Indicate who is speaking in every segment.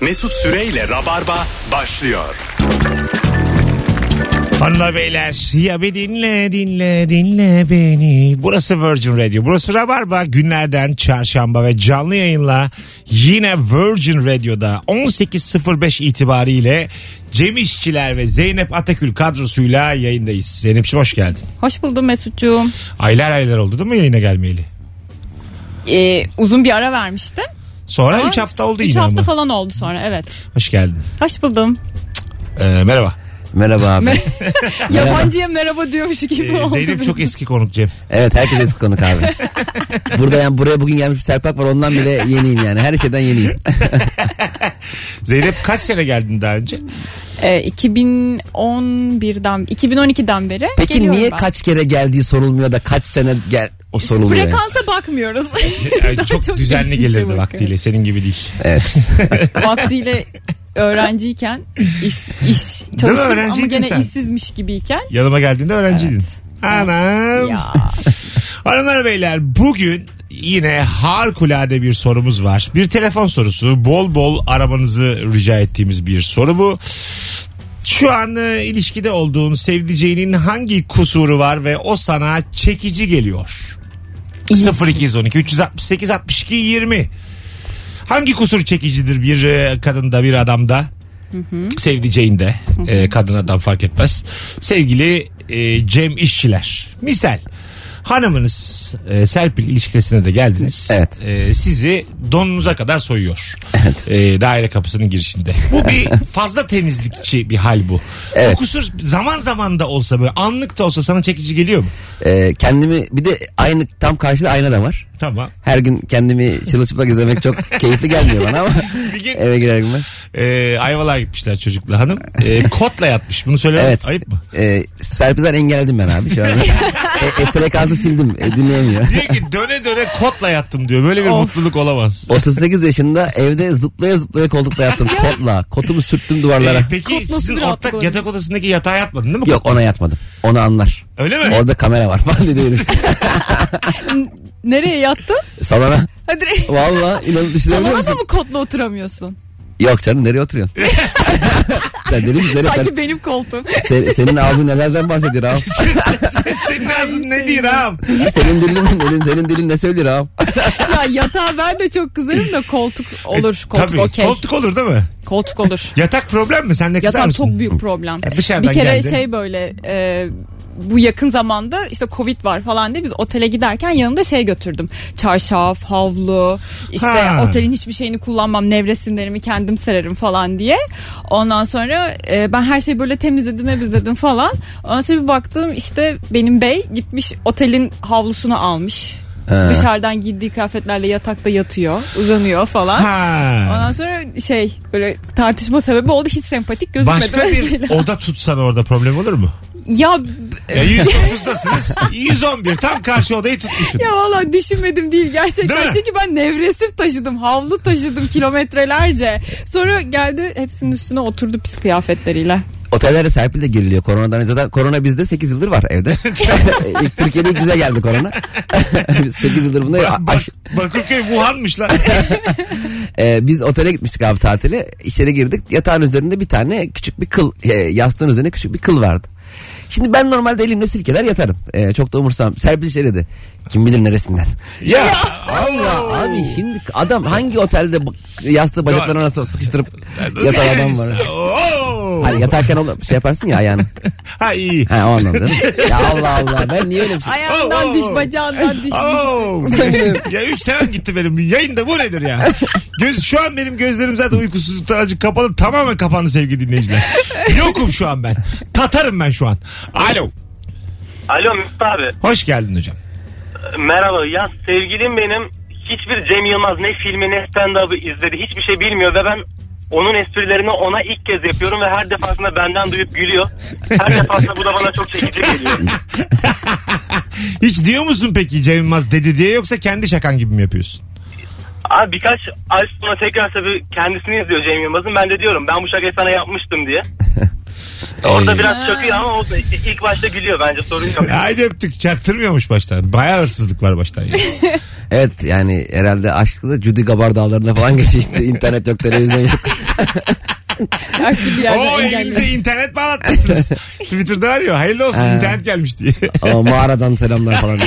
Speaker 1: Mesut Süreyle Rabarba başlıyor.
Speaker 2: Hanımlar beyler ya bir dinle dinle dinle beni. Burası Virgin Radio. Burası Rabarba. Günlerden çarşamba ve canlı yayınla yine Virgin Radio'da 18.05 itibariyle Cem İşçiler ve Zeynep Atakül kadrosuyla yayındayız. Zeynep'ciğim hoş geldin.
Speaker 3: Hoş buldum Mesut'cuğum.
Speaker 2: Aylar aylar oldu değil mi yayına gelmeyeli?
Speaker 3: Ee, uzun bir ara vermiştim.
Speaker 2: Sonra 3 hafta oldu
Speaker 3: 3
Speaker 2: yine
Speaker 3: hafta
Speaker 2: ama.
Speaker 3: falan oldu sonra evet.
Speaker 2: Hoş geldin.
Speaker 3: Hoş buldum.
Speaker 2: Ee, merhaba.
Speaker 4: Merhaba abi.
Speaker 3: Yabancıya merhaba diyormuş gibi
Speaker 2: Ee,
Speaker 3: oldu.
Speaker 2: Zeynep
Speaker 3: benim.
Speaker 2: çok eski konuk Cem.
Speaker 4: evet herkes eski konuk abi. Burada yani buraya bugün gelmiş bir Serpak var ondan bile yeniyim yani. Her şeyden yeniyim.
Speaker 2: Zeynep kaç sene geldin daha önce?
Speaker 3: Ee, 2011'den 2012'den beri
Speaker 4: Peki
Speaker 3: geliyorum
Speaker 4: niye
Speaker 3: ben.
Speaker 4: kaç kere geldiği sorulmuyor da kaç sene gel o soruluyor. yani.
Speaker 3: Frekansa bakmıyoruz.
Speaker 2: Yani
Speaker 3: Daha
Speaker 2: çok, düzenli
Speaker 3: geçmişe
Speaker 2: gelirdi
Speaker 3: bakıyorum.
Speaker 2: vaktiyle senin gibi değil.
Speaker 4: Evet.
Speaker 3: Vaktiyle öğrenciyken iş, iş çalışıp ama
Speaker 2: Öğrenciydin
Speaker 3: gene
Speaker 2: sen.
Speaker 3: işsizmiş gibiyken
Speaker 2: Yanıma geldiğinde öğrenciydin. Anam.
Speaker 3: ya
Speaker 2: Hanımlar beyler bugün yine harikulade bir sorumuz var. Bir telefon sorusu. Bol bol aramanızı rica ettiğimiz bir soru bu. Şu an e, ilişkide olduğun sevdiceğinin hangi kusuru var ve o sana çekici geliyor? 0212 368 62 20 Hangi kusur çekicidir bir e, kadında bir adamda? sevdiceğinde e, kadın adam fark etmez. Sevgili e, Cem İşçiler. Misal hanımınız e, Serpil ilişkisine de geldiniz.
Speaker 4: Evet.
Speaker 2: E, sizi donunuza kadar soyuyor.
Speaker 4: Evet.
Speaker 2: E, daire kapısının girişinde. Bu bir fazla temizlikçi bir hal bu.
Speaker 4: Evet.
Speaker 2: Bu kusur zaman zaman da olsa böyle anlık da olsa sana çekici geliyor mu?
Speaker 4: Ee, kendimi bir de aynı tam karşıda ayna da var.
Speaker 2: Tamam.
Speaker 4: Her gün kendimi çırılçıplak izlemek çok keyifli gelmiyor bana ama
Speaker 2: Bir gün-
Speaker 4: eve girer girmez.
Speaker 2: E, Ayvalık'a gitmişler çocukla hanım. E, kotla yatmış. Bunu söylemek
Speaker 4: Evet.
Speaker 2: ayıp mı?
Speaker 4: Ee, Serpil'den engelledim ben abi şu an. e, e, frekansı sildim. E, dinleyemiyor.
Speaker 2: Diyor ki döne döne kotla yattım diyor. Böyle bir
Speaker 3: Of.
Speaker 2: mutluluk olamaz.
Speaker 4: 38 yaşında evde zıplaya zıplaya koltukta yattım. Kotla. Kotumu sürttüm duvarlara.
Speaker 2: Ee, peki
Speaker 3: Kot nasıl
Speaker 2: sizin
Speaker 3: bir
Speaker 2: ortak
Speaker 3: rahatlık olabilir?
Speaker 2: yatak odasındaki yatağa yatmadın değil mi?
Speaker 4: Yok ona yatmadım. Onu anlar.
Speaker 2: Öyle mi?
Speaker 4: Orada kamera var falan dedi herif.
Speaker 3: nereye yattın?
Speaker 4: Salona.
Speaker 3: Hadi
Speaker 4: Valla inanın düşünebiliyor
Speaker 3: salona da
Speaker 4: musun?
Speaker 3: mı kotla oturamıyorsun?
Speaker 4: Yok canım nereye oturuyorsun? sen deli misin? Zeynep?
Speaker 3: Sanki benim koltuğum.
Speaker 4: Sen- sen- senin ağzın nelerden bahsediyor ağam?
Speaker 2: Senin ağzın ne değil ağam?
Speaker 4: senin dilin, senin, senin dilin ne söylüyor ağam?
Speaker 3: ya yatağa ben de çok kızarım da koltuk olur. Koltuk
Speaker 2: E, Tabii.
Speaker 3: okey. Koltuk.
Speaker 2: Koltuk olur değil mi?
Speaker 3: olur.
Speaker 2: Yatak problem mi? Sen ne kızar
Speaker 3: Yatak
Speaker 2: mısın?
Speaker 3: çok büyük problem.
Speaker 2: Ya E, dışarıdan
Speaker 3: bir kere
Speaker 2: geldi.
Speaker 3: şey böyle e, bu yakın zamanda işte Covid var falan diye biz otele giderken yanımda şey götürdüm. Çarşaf, havlu, işte
Speaker 2: Ha.
Speaker 3: otelin hiçbir şeyini kullanmam, nevresimlerimi kendim sererim falan diye. Ondan sonra e, ben her şeyi böyle temizledim, temizledim falan. Ondan sonra bir baktım işte benim bey gitmiş otelin havlusunu almış.
Speaker 4: Ha.
Speaker 3: Dışarıdan giydiği kıyafetlerle yatakta yatıyor, uzanıyor falan.
Speaker 2: Ha.
Speaker 3: Ondan sonra şey böyle tartışma sebebi oldu hiç sempatik gözükmedi
Speaker 2: Başka bir
Speaker 3: mesela.
Speaker 2: oda tutsan orada problem olur mu?
Speaker 3: Ya
Speaker 2: Ya 109'dasınız. 111 tam karşı odayı tutmuşsun.
Speaker 3: ya valla düşünmedim değil gerçekten.
Speaker 2: Değil mi?
Speaker 3: Çünkü ben nevresim taşıdım, havlu taşıdım kilometrelerce. Sonra geldi hepsinin üstüne oturdu pis kıyafetleriyle.
Speaker 4: Otellerde Serpil de giriliyor koronadan önce. Zaten korona bizde 8 yıldır var evde. İlk Türkiye'de ilk bize geldi korona. 8 yıldır bunda
Speaker 2: Bak,
Speaker 4: aş-
Speaker 2: bak, Bakırköy Wuhan'mış lan.
Speaker 4: Ee, biz otele gitmiştik abi tatile. İçeri girdik. Yatağın üzerinde bir tane küçük bir kıl, e, yastığın üzerine küçük bir kıl vardı. Şimdi ben normalde elimle silkeler yatarım. Ee, çok da umursam. Serpil içeri dedi. Kim bilir neresinden.
Speaker 2: ya.
Speaker 4: Allah abi şimdi adam hangi otelde bu yastığı bacaklarına nasıl sıkıştırıp yatan adam var.
Speaker 2: Oo.
Speaker 4: Hani yatarken olur, şey yaparsın ya ayağını.
Speaker 2: Ha iyi.
Speaker 4: Ha o anladım. ya Allah Allah ben niye öyle bir şey.
Speaker 3: Ayağından
Speaker 2: Oh, oh,
Speaker 3: diş,
Speaker 2: oh.
Speaker 3: bacağından diş.
Speaker 2: Oo. ya 3 senem gitti benim. Yayında bu nedir ya? Göz, şu an benim gözlerim zaten uykusuzluktan azıcık kapalı. Tamamen kapandı sevgili dinleyiciler. Yokum şu an ben. Tatarım ben şu an. Alo.
Speaker 5: Alo Mesut abi.
Speaker 2: Hoş geldin hocam.
Speaker 5: Merhaba. Ya sevgilim benim hiçbir Cem Yılmaz ne filmi ne stand-up'ı izledi. Hiçbir şey bilmiyor ve ben onun esprilerini ona ilk kez yapıyorum ve her defasında benden duyup gülüyor. Her defasında bu da bana çok çekici geliyor.
Speaker 2: Hiç diyor musun peki Cem Yılmaz dedi diye yoksa kendi şakan gibi mi yapıyorsun?
Speaker 5: Abi birkaç ay sonra tekrar tabii kendisini izliyor Cem Yılmaz'ın. Ben de diyorum ben bu şakayı sana yapmıştım diye. Orada biraz çöküyor ama olsun. İ- ilk başta gülüyor bence sorun yok.
Speaker 2: E, Haydi öptük. Çaktırmıyormuş baştan. Bayağı hırsızlık var baştan. Yani.
Speaker 4: Evet yani herhalde aşkla Judy Gabar dağlarına falan geçti. İnternet yok televizyon yok.
Speaker 3: Her türlü yerden
Speaker 2: Oo
Speaker 3: engelli.
Speaker 2: evinize internet bağlatmışsınız. Twitter'da var ya hayırlı olsun internet gelmiş diye.
Speaker 4: Ama mağaradan selamlar falan.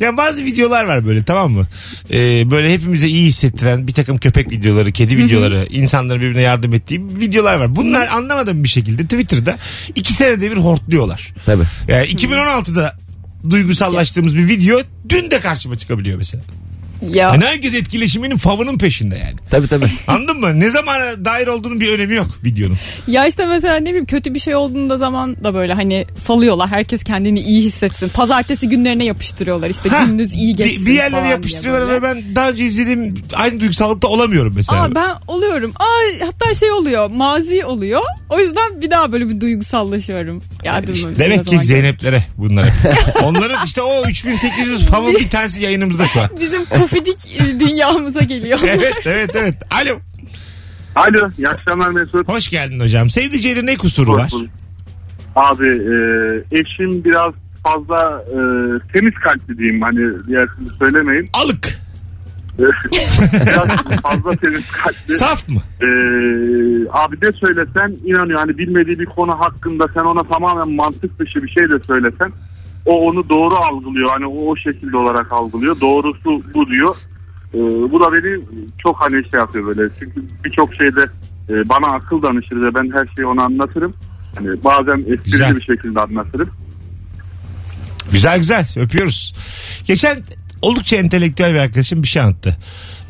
Speaker 2: ya bazı videolar var böyle tamam mı? Ee, böyle hepimize iyi hissettiren bir takım köpek videoları, kedi videoları, insanların birbirine yardım ettiği videolar var. Bunlar anlamadığım bir şekilde Twitter'da iki senede bir hortluyorlar. E,
Speaker 4: Tabii.
Speaker 2: Yani 2016'da duygusallaştığımız bir video dün de karşıma çıkabiliyor mesela.
Speaker 3: Ya
Speaker 2: Yani herkes etkileşiminin favının peşinde yani.
Speaker 4: Tabii tabii.
Speaker 2: Anladın mı? Ne zamana dair olduğunun bir önemi yok videonun.
Speaker 3: Ya işte mesela ne bileyim kötü bir şey olduğunda zaman da böyle hani salıyorlar. Herkes kendini iyi hissetsin. Pazartesi günlerine yapıştırıyorlar işte
Speaker 2: Ha,
Speaker 3: gündüz iyi
Speaker 2: bir- Bir
Speaker 3: geçsin falan
Speaker 2: yerlere
Speaker 3: diye
Speaker 2: yapıştırıyorlar
Speaker 3: böyle.
Speaker 2: ve ben daha önce izlediğim aynı duygusallıkta olamıyorum mesela.
Speaker 3: Aa ben oluyorum. Aa hatta şey oluyor. Mazi oluyor. O yüzden bir daha böyle bir duygusallaşıyorum. Ya dedim,
Speaker 2: İşte
Speaker 3: ne
Speaker 2: demek ki
Speaker 3: zaman
Speaker 2: Zeynep'lere bunlar. Onların işte o 3800 favori bir tanesi yayınımızda şu an.
Speaker 3: gel- Bizim kofidik e, dünyamıza geliyor.
Speaker 2: Evet evet evet. Alo.
Speaker 6: Alo, iyi akşamlar Mesut.
Speaker 2: Hoş geldin hocam. Sevdiceğinin ne kusuru var?
Speaker 6: Hoş bulduk. Abi e, eşim biraz fazla e, temiz kalpli diyeyim hani diğer türlü söylemeyin.
Speaker 2: Alık.
Speaker 6: biraz fazla temiz kalpli.
Speaker 2: Saf mı?
Speaker 6: E, abi de söylesen inanıyor hani bilmediği bir konu hakkında sen ona tamamen mantık dışı bir şey de söylesen o onu doğru algılıyor hani o, o şekilde olarak algılıyor doğrusu bu diyor. E, bu da beni çok hani şey yapıyor böyle çünkü birçok şeyde e, bana akıl danışır ve ben her şeyi ona anlatırım. Hani bazen
Speaker 2: Güzel.
Speaker 6: esprili bir şekilde anlatırım.
Speaker 2: Güzel güzel öpüyoruz. Geçen oldukça entelektüel bir arkadaşım bir şey anlattı.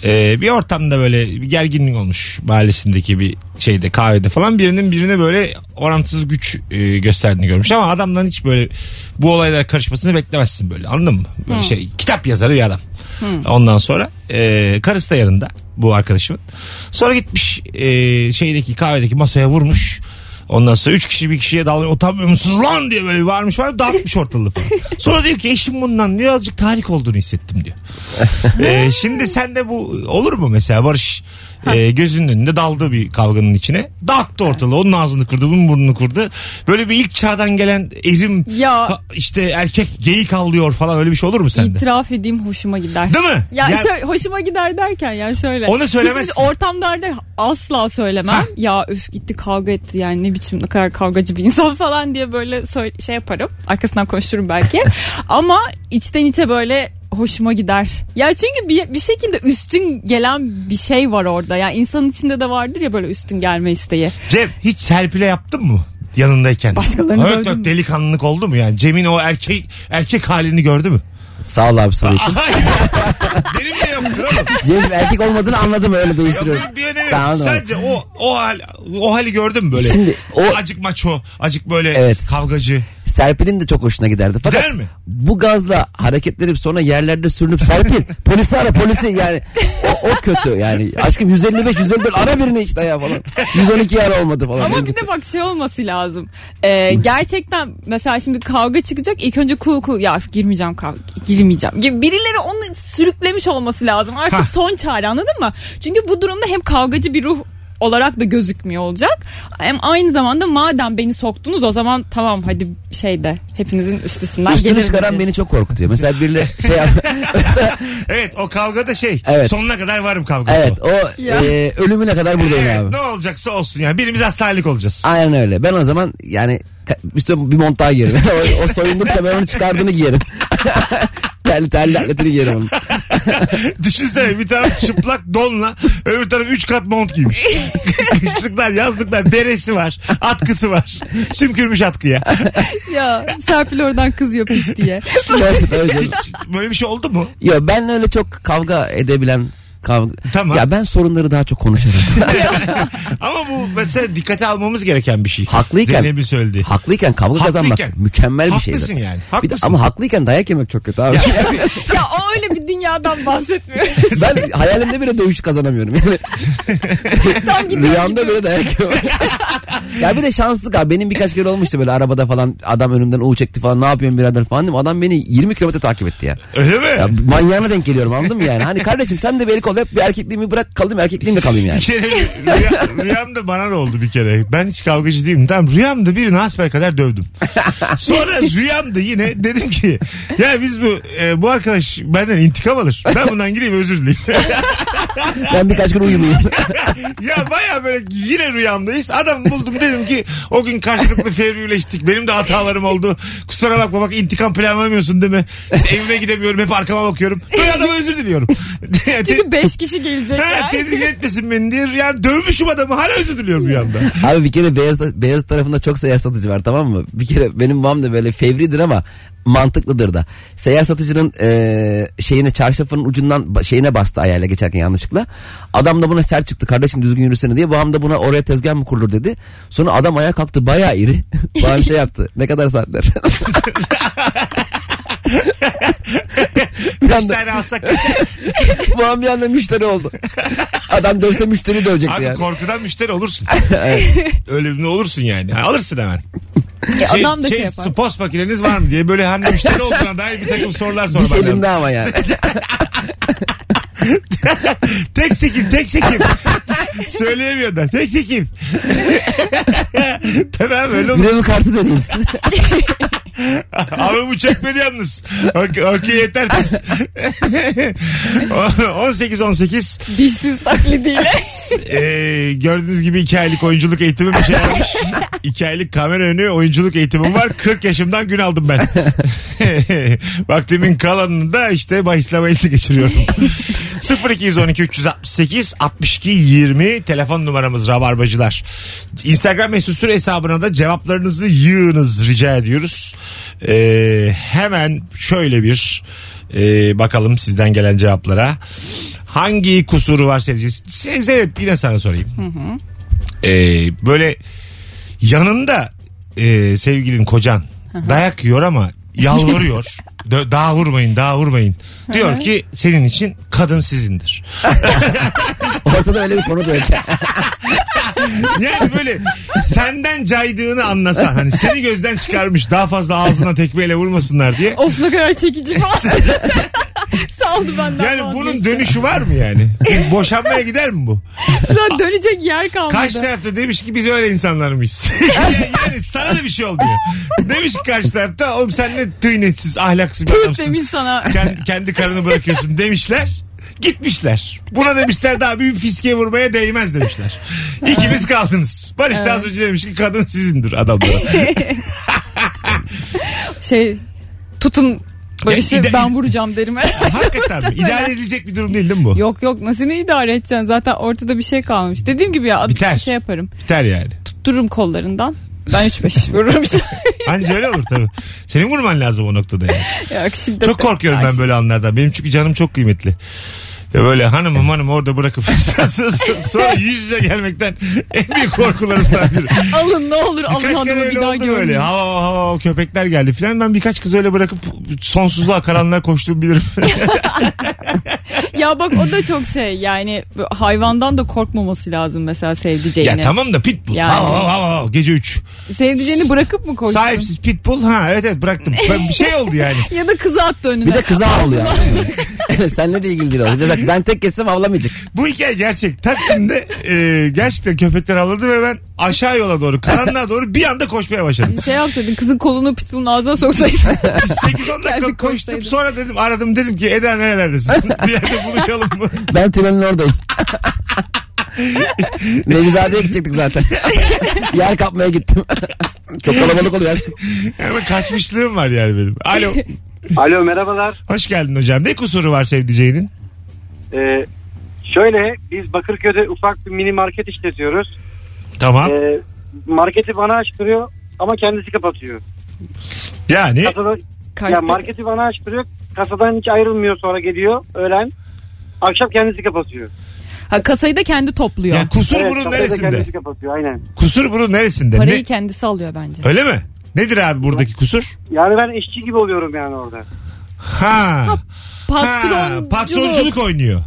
Speaker 2: Ee, bir ortamda böyle bir gerginlik olmuş mahallesindeki bir şeyde kahvede falan birinin birine böyle orantısız güç e, gösterdiğini görmüş ama adamdan hiç böyle bu olaylara karışmasını beklemezsin böyle anladın mı? Böyle şey kitap yazarı bir adam. Ondan sonra e, karısı da yanında bu arkadaşımın. Sonra gitmiş e, şeydeki kahvedeki masaya vurmuş. Ondan sonra üç kişi bir kişiye dalıyor. Utanmıyor musunuz lan diye böyle varmış var dağıtmış ortalığı falan. Sonra diyor ki eşim bundan diyor azıcık tahrik olduğunu hissettim diyor. Ee, şimdi sen de bu olur mu mesela Barış e, gözünün önünde daldı bir kavganın içine. Dağıttı ortalığı. Onun ağzını kırdı bunun burnunu kırdı. Böyle bir ilk çağdan gelen erim
Speaker 3: Ya.
Speaker 2: ha, işte erkek geyik avlıyor falan öyle bir şey olur mu sende?
Speaker 3: İtiraf edeyim hoşuma gider.
Speaker 2: Değil mi?
Speaker 3: Ya,
Speaker 2: Ya-
Speaker 3: şöyle- hoşuma gider derken ya şöyle.
Speaker 2: Onu söylemezsin.
Speaker 3: Hiçbir ortamlarda asla söylemem.
Speaker 2: Ha.
Speaker 3: Ya üf gitti kavga etti yani ne biçim ne kadar kavgacı bir insan falan diye böyle söy- şey yaparım. Arkasından konuşurum belki. Ama içten içe böyle hoşuma gider. Ya çünkü bir, bir şekilde üstün gelen bir şey var orada. Ya insanın içinde de vardır ya böyle üstün gelme isteği.
Speaker 2: Cem hiç serpile yaptın mı? yanındayken.
Speaker 3: Başkalarını
Speaker 2: evet,
Speaker 3: dövdün
Speaker 2: evet,
Speaker 3: mü?
Speaker 2: delikanlılık oldu mu yani? Cem'in o erkek erkek halini gördü mü?
Speaker 4: Sağ ol abi soru için.
Speaker 2: Hayır. Benim de yoktur oğlum.
Speaker 4: Cem erkek olmadığını anladım öyle değiştiriyorum.
Speaker 2: Yok, bir önemi yok.
Speaker 4: Tamam, tamam.
Speaker 2: Sadece o o hal o hali gördün mü böyle?
Speaker 4: Şimdi
Speaker 2: o
Speaker 4: o-
Speaker 2: acık maço, acık böyle
Speaker 4: Evet.
Speaker 2: kavgacı.
Speaker 4: Serpil'in de çok hoşuna giderdi. Fakat
Speaker 2: Gider mi?
Speaker 4: bu gazla hareketlenip sonra yerlerde sürünüp Serpil polisi ara polisi yani o, o kötü yani. Aşkım 155 154 ara birini işte ya falan. 112 ara olmadı falan.
Speaker 3: Ama bir de bak şey olması lazım. Ee, gerçekten mesela şimdi kavga çıkacak. İlk önce cool cool ya girmeyeceğim kavga girmeyeceğim. gibi Birileri onu sürüklemiş olması lazım. Artık
Speaker 2: Hah.
Speaker 3: son çare anladın mı? Çünkü bu durumda hem kavgacı bir ruh olarak da gözükmüyor olacak. Hem aynı zamanda madem beni soktunuz o zaman tamam hadi şeyde hepinizin üstesinden
Speaker 4: Üstünü
Speaker 3: gelirim
Speaker 4: çıkaran
Speaker 3: dedi.
Speaker 4: beni çok korkutuyor. Mesela biriyle şey yap. Mesela-
Speaker 2: Evet o kavga da şey
Speaker 4: Evet.
Speaker 2: sonuna kadar varım kavgası.
Speaker 4: evet
Speaker 2: o.
Speaker 4: o
Speaker 3: Ya.
Speaker 4: e, ölümüne kadar buradayım
Speaker 2: Evet,
Speaker 4: abi.
Speaker 2: ne olacaksa olsun yani birimiz hastanelik olacağız.
Speaker 4: Aynen öyle. Ben o zaman yani ka- üstüne bir mont daha giyerim. o, o soyundukça ben onu çıkardığını giyerim. terli terli atletini giyerim onu.
Speaker 2: Düşünsene bir taraf çıplak donla öbür taraf 3 kat mont giymiş. Kışlıklar yazlıklar deresi var atkısı var. Sümkürmüş atkıya.
Speaker 3: Ya Serpil oradan kızıyor pis diye.
Speaker 4: Gerçekten öyle canım.
Speaker 2: Hiç böyle bir şey oldu mu?
Speaker 4: Ya ben öyle çok kavga edebilen kavga.
Speaker 2: Tamam.
Speaker 4: Ya ben sorunları daha çok konuşurum.
Speaker 2: Ama bu mesela dikkate almamız gereken bir şey.
Speaker 4: Haklıyken-
Speaker 2: Zeynep'in söylediği.
Speaker 4: haklıyken kavga
Speaker 2: Haklıyken.
Speaker 4: kazanmak mükemmel bir şey.
Speaker 2: Haklısın
Speaker 4: zaten.
Speaker 2: yani.
Speaker 4: Bir de,
Speaker 2: Haklısın.
Speaker 4: ama haklıyken dayak yemek çok kötü abi.
Speaker 3: ya o öyle bir dünyadan bahsetmiyorum.
Speaker 4: ben hayalimde bile dövüş kazanamıyorum. Yani
Speaker 3: Tam gidiyor,
Speaker 4: rüyamda
Speaker 3: gidiyor.
Speaker 4: bile dayak yiyorum. ya bir de şanslık abi. Benim birkaç kere olmuştu böyle arabada falan adam önümden U çekti falan ne yapıyorsun birader falan dedim. Adam beni 20 kilometre takip etti ya.
Speaker 2: Öyle mi?
Speaker 4: Ya manyağına denk geliyorum anladın mı yani? Hani kardeşim sen de beni kol hep bir erkekliğimi bırak kalayım erkekliğimle kalayım yani.
Speaker 2: Bir kere rüya, rüyamda bana da oldu bir kere. Ben hiç kavgacı değilim. Tamam rüyamda birini hasbel kadar dövdüm. Sonra rüyamda yine dedim ki ya biz bu e, bu arkadaş benden intikam alır. Ben bundan gideyim özür dileyim.
Speaker 4: Ben birkaç gün uyumayayım.
Speaker 2: Ya baya böyle yine rüyamdayız. Adam buldum dedim ki o gün karşılıklı fevrileştik. Benim de hatalarım oldu. Kusura bakma bak intikam planlamıyorsun değil mi? İşte evime gidemiyorum hep arkama bakıyorum. Böyle adama özür diliyorum.
Speaker 3: Çünkü 5 kişi gelecek.
Speaker 2: Ha, tedirgin etmesin beni diye yani dövmüşüm adamı hala özür diliyorum rüyamda.
Speaker 4: Abi bir kere beyaz, beyaz tarafında çok seyyar satıcı var tamam mı? Bir kere benim babam da böyle fevridir ama mantıklıdır da. Seyyar satıcının eee şeyine çarşafının ucundan ba- şeyine bastı ayağıyla geçerken yanlışlıkla. Adam da buna sert çıktı kardeşim düzgün yürüsene diye. Babam da buna oraya tezgah mı kurulur dedi. Sonra adam ayağa kalktı bayağı iri. Babam şey yaptı ne kadar saatler. bir
Speaker 2: Bir
Speaker 4: anda,
Speaker 2: tane alsak kaçar.
Speaker 4: babam bir anda müşteri oldu. Adam dövse müşteri dövecekti
Speaker 2: Abi
Speaker 4: yani.
Speaker 2: korkudan müşteri olursun. Öyle bir olursun yani. Alırsın hemen.
Speaker 3: adam da şey yapar.
Speaker 2: Post makineniz var mı diye böyle hani müşteri olduğuna dair bir takım sorular sormak
Speaker 4: Diş
Speaker 2: lazım.
Speaker 4: elinde ama yani.
Speaker 2: Tek sekim tek sekim. Söyleyemiyor da tek sekim. tamam öyle olur.
Speaker 4: Üreme kartı deneyim.
Speaker 2: Ama bu çekmedi yalnız. Okey okey, yeter. 18-18
Speaker 3: Dişsiz taklidiyle.
Speaker 2: Ee, gördüğünüz gibi 2 aylık oyunculuk eğitimi bir şey varmış. 2 aylık kamera önü oyunculuk eğitimim var. 40 yaşımdan gün aldım ben. Vaktimin kalanını da işte bahisle bahisle geçiriyorum. 0212 368 62 20 telefon numaramız Rabarbacılar. Instagram mesut süre hesabına da cevaplarınızı yığınız rica ediyoruz. Ee, hemen şöyle bir e, bakalım sizden gelen cevaplara. Hangi kusuru var sevgilisi? Sen Zeynep yine sana sorayım. Ee, böyle yanında e, sevgilin kocan dayak yiyor ama yalvarıyor. Dö- daha vurmayın daha vurmayın. Diyor ki senin için kadın sizindir.
Speaker 4: Ortada öyle bir konu da yok.
Speaker 2: Yani böyle senden caydığını anlasan hani seni gözden çıkarmış daha fazla ağzına tekmeyle vurmasınlar diye.
Speaker 3: of ne kadar çekici falan. Saldı benden
Speaker 2: Yani bunun
Speaker 3: vazgeçti.
Speaker 2: dönüşü var mı yani? Boşanmaya gider mi bu?
Speaker 3: Lan dönecek yer kalmadı.
Speaker 2: Karşı tarafta demiş ki biz öyle insanlar mıyız? yani, yani sana da bir şey oldu ya. Demiş ki karşı tarafta oğlum sen ne tıynetsiz ahlaksız bir
Speaker 3: Tüh
Speaker 2: adamsın.
Speaker 3: demiş sana.
Speaker 2: Kend- kendi karını bırakıyorsun demişler. Gitmişler. Buna demişler daha bir fiske vurmaya değmez demişler. İkiniz kaldınız. Barış da az önce demiş ki kadın sizindir adamlara.
Speaker 3: Şey tutun Barış'ı
Speaker 2: Ya ide-
Speaker 3: ben vuracağım derim herhalde.
Speaker 2: Hakikaten mi? İdare edilecek bir durum değil değil mi bu?
Speaker 3: Yok yok nasıl ne idare edeceksin zaten ortada bir şey kalmış. Dediğim gibi ya ad-
Speaker 2: Biter.
Speaker 3: şey yaparım.
Speaker 2: Biter yani.
Speaker 3: Tuttururum kollarından. Ben 3-5 vururum.
Speaker 2: Anca öyle olur tabii. Senin vurman lazım o noktada yani.
Speaker 3: Yok, şiddet
Speaker 2: Çok korkuyorum ben
Speaker 3: karşı.
Speaker 2: böyle anlardan. Benim çünkü canım çok kıymetli. Ya böyle hanımım hanım orada bırakıp sonra yüz yüze gelmekten en büyük korkularımdan biri.
Speaker 3: Alın ne olur alın
Speaker 2: Birkaç kere
Speaker 3: hanımı
Speaker 2: öyle
Speaker 3: bir daha
Speaker 2: oldu böyle.
Speaker 3: görmeyin.
Speaker 2: Ha, ha, ha, köpekler geldi filan. Ben birkaç kız öyle bırakıp sonsuzluğa karanlığa koştuğumu bilirim.
Speaker 3: Ya bak o da çok şey yani bu hayvandan da korkmaması lazım mesela sevdiceğine.
Speaker 2: ya tamam da pitbull.
Speaker 3: Yani.
Speaker 2: Ha, ha, ha, ha, gece 3.
Speaker 3: Sevdiceğini bırakıp mı koştun?
Speaker 2: Sahipsiz pitbull. Ha evet evet bıraktım. Ben, bir şey oldu yani.
Speaker 3: Ya da kızı attı önüne.
Speaker 4: Bir de kıza avlıyor. Evet, Seninle de ilgili değil. oğlum. Mesela ben tek geçsem avlamayacak.
Speaker 2: Bu hikaye gerçek. Taksim'de e, gerçekten köpekler avladı ve ben aşağı yola doğru karanlığa doğru bir anda koşmaya başladım.
Speaker 3: şey yapsaydın kızın kolunu pitbullun ağzına soksaydın.
Speaker 2: 8-10 dakika
Speaker 3: Kendi
Speaker 2: koştum
Speaker 3: koşsaydın.
Speaker 2: sonra dedim aradım dedim ki Eda nerelerdesin? Bir yerde buluşalım mı?
Speaker 4: Ben tünelin oradayım. Nevizade'ye gidecektik zaten. Yer kapmaya gittim. Çok kalabalık oluyor aşkım.
Speaker 2: Hemen kaçmışlığım var yani benim. Alo.
Speaker 5: Alo merhabalar.
Speaker 2: Hoş geldin hocam. Ne kusuru var sevdiceğinin?
Speaker 5: Ee, şöyle biz Bakırköy'de ufak bir mini market işletiyoruz.
Speaker 2: Tamam.
Speaker 5: Ee, marketi bana açtırıyor ama kendisi kapatıyor.
Speaker 2: Yani
Speaker 5: Kasada, ya
Speaker 3: Karşı market...
Speaker 5: marketi bana açtırıyor. Kasadan hiç ayrılmıyor sonra geliyor öğlen. Akşam kendisi kapatıyor.
Speaker 3: ha, kasayı da kendi topluyor.
Speaker 2: ya kusur
Speaker 5: Evet,
Speaker 2: bunun
Speaker 5: kafede
Speaker 2: neresinde?
Speaker 5: Kendisi kapatıyor aynen.
Speaker 2: Kusur bunun neresinde?
Speaker 3: Parayı
Speaker 2: Ne-
Speaker 3: kendisi alıyor bence.
Speaker 2: Öyle mi? Nedir abi buradaki kusur?
Speaker 5: Yani ben işçi gibi oluyorum yani orada.
Speaker 2: Ha. Ha,
Speaker 3: Patronculuk.
Speaker 2: patronculuk oynuyor.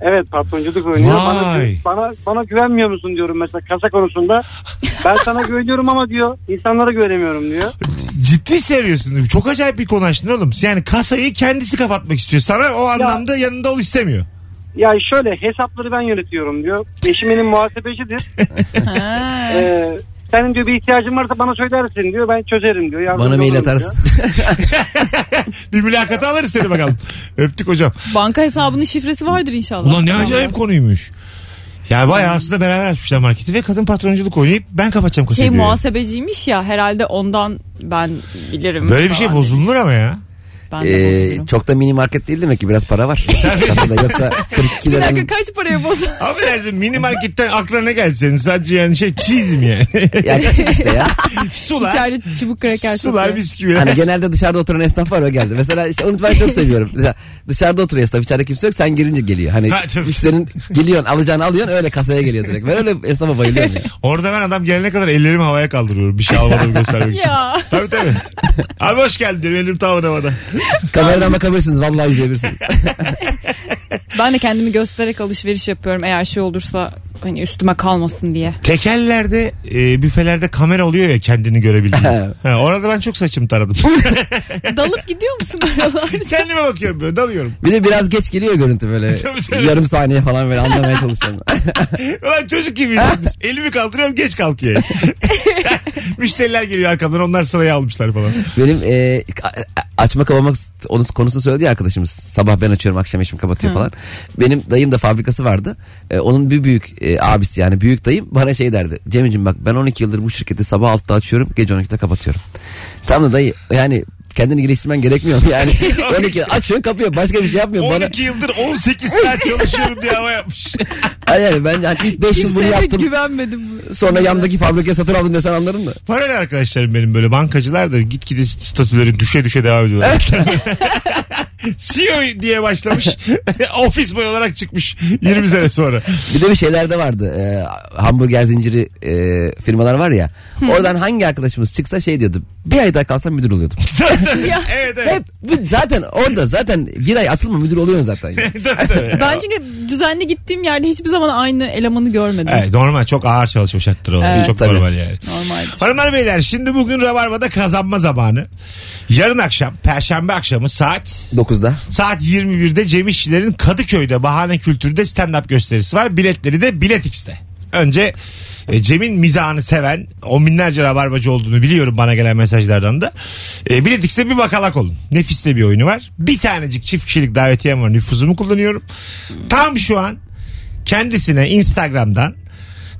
Speaker 5: Evet patronculuk oynuyor. Bana,
Speaker 2: Vay.
Speaker 5: bana, bana güvenmiyor musun diyorum mesela kasa konusunda. ben sana güveniyorum ama diyor insanlara güvenemiyorum diyor.
Speaker 2: Ciddi seviyorsun. Çok acayip bir konu açtın oğlum. Yani kasayı kendisi kapatmak istiyor. Sana o anlamda yanında ol istemiyor.
Speaker 5: Ya şöyle hesapları ben yönetiyorum diyor. Eşim benim muhasebecidir.
Speaker 3: Ha.
Speaker 5: Ee, Senin diyor bir ihtiyacın varsa bana söylersin diyor. Ben çözerim diyor. Yardımcı
Speaker 4: Bana mail
Speaker 5: olurum diyor.
Speaker 4: atarsın.
Speaker 2: Bir mülakata alırız seni bakalım. Öptük hocam.
Speaker 3: Banka hesabının şifresi vardır inşallah.
Speaker 2: Ulan ne acayip konuymuş. Ya bayağı aslında beraber açmışlar marketi ve kadın patronculuk oynayıp ben kapatacağım kasayı
Speaker 3: Şey
Speaker 2: diyor.
Speaker 3: muhasebeciymiş ya herhalde ondan ben bilirim.
Speaker 2: Böyle bir şey
Speaker 3: falan.
Speaker 2: bozulur ama ya.
Speaker 3: Ben de
Speaker 4: Ee,
Speaker 3: bozulurum.
Speaker 4: çok da mini market değil demek ki biraz para var. Kasada yoksa 42
Speaker 3: Bir
Speaker 4: liranın.
Speaker 3: dakika kaç paraya bozulur?
Speaker 2: Affedersin mini marketten aklına ne geldi senin? Sadece yani şey çizim yani.
Speaker 4: Ya küçük işte ya.
Speaker 2: sular.
Speaker 3: İçeride çubuk
Speaker 2: Sular
Speaker 3: kraker satıyor.
Speaker 2: bisküviler.
Speaker 4: Hani genelde dışarıda oturan esnaf var o geldi. Mesela işte onu ben çok seviyorum. Mesela dışarıda oturuyor esnaf içeride kimse yok sen girince geliyor. Hani
Speaker 2: Ha, tabii.
Speaker 4: işlerin geliyorsun alacağını alıyorsun öyle kasaya geliyor direkt. Ben öyle esnafa bayılıyorum. ya.
Speaker 2: Orada ben adam gelene kadar ellerimi havaya kaldırıyorum. Bir şey almadığımı göstermek için.
Speaker 3: Ya.
Speaker 2: Tabii tabii. Abi hoş geldin. diyorum, Elim tavır havada.
Speaker 4: Kameradan bakabilirsiniz vallahi izleyebilirsiniz.
Speaker 3: Ben de kendimi göstererek alışveriş yapıyorum eğer şey olursa hani üstüme kalmasın diye.
Speaker 2: Tekellerde e, büfelerde kamera oluyor ya kendini görebildiğin.
Speaker 4: Evet.
Speaker 2: ha, orada ben çok saçımı taradım.
Speaker 3: Dalıp gidiyor musun aralarda?
Speaker 2: Kendime bakıyorum böyle dalıyorum.
Speaker 4: Bir de biraz geç geliyor görüntü böyle.
Speaker 2: Tabii, tabii.
Speaker 4: Yarım saniye falan böyle anlamaya çalışıyorum.
Speaker 2: Ulan çocuk gibiyiz biz. Elimi kaldırıyorum geç kalkıyor. Müşteriler geliyor arkamdan onlar sırayı almışlar falan.
Speaker 4: Benim e, a- açma kapamak s- onun konusunu söyledi ya arkadaşımız. Sabah ben açıyorum akşam eşim kapatıyor falan. Benim dayım da fabrikası vardı. E, onun bir büyük e, abisi yani büyük dayım bana şey derdi. Cem'ciğim bak ben 12 yıldır bu şirketi sabah 6'da açıyorum gece 12'de kapatıyorum. Tam da dayı yani kendini geliştirmen gerekmiyor mu? Yani 12 yıl açıyorsun kapıyor başka bir şey yapmıyorsun. Bana,
Speaker 2: 12 yıldır 18 saat çalışıyorum diye hava yapmış.
Speaker 4: Ay, yani ben yani ilk 5 yıl bunu
Speaker 3: Kimseye de
Speaker 4: yaptım.
Speaker 3: güvenmedim. bu-
Speaker 4: Sonra
Speaker 3: bu-
Speaker 4: yandaki fabrikaya satın aldım desen anlarım da.
Speaker 2: Paralel arkadaşlarım benim böyle bankacılar da gitgide statüleri düşe düşe devam ediyorlar. CEO diye başlamış. Ofis boy olarak çıkmış 20 sene sonra.
Speaker 4: Bir de bir şeyler de vardı. Ee, hamburger zinciri e, firmalar var ya. Oradan hangi arkadaşımız çıksa şey diyordu. Bir ay daha kalsam müdür oluyordum.
Speaker 2: evet evet.
Speaker 4: Hep bu- zaten orada zaten bir ay atılma müdür oluyorsun zaten.
Speaker 2: Tabii, tabii.
Speaker 3: Ben çünkü düzenli gittiğim yerde hiçbir zaman aynı elemanı görmedim.
Speaker 2: Evet, normal çok ağır çalışma şartları o.
Speaker 3: Evet.
Speaker 2: çok
Speaker 4: Tabii.
Speaker 2: normal yani.
Speaker 3: Normaldir.
Speaker 2: Hanımlar beyler şimdi bugün Rabarba'da kazanma zamanı. Yarın akşam Perşembe akşamı saat
Speaker 4: 9'da.
Speaker 2: saat 21'de Cem İşçilerin Kadıköy'de Bahane Kültür'de stand-up gösterisi var. Biletleri de Biletix'te. Önce e, Cem'in mizahını seven on binlerce rabarbacı olduğunu biliyorum bana gelen mesajlardan da. E, Biletix'e bir bakalak olun. Nefis de bir oyunu var. Bir tanecik çift kişilik davetiyem var. Nüfuzumu kullanıyorum. Tam şu an kendisine Instagram'dan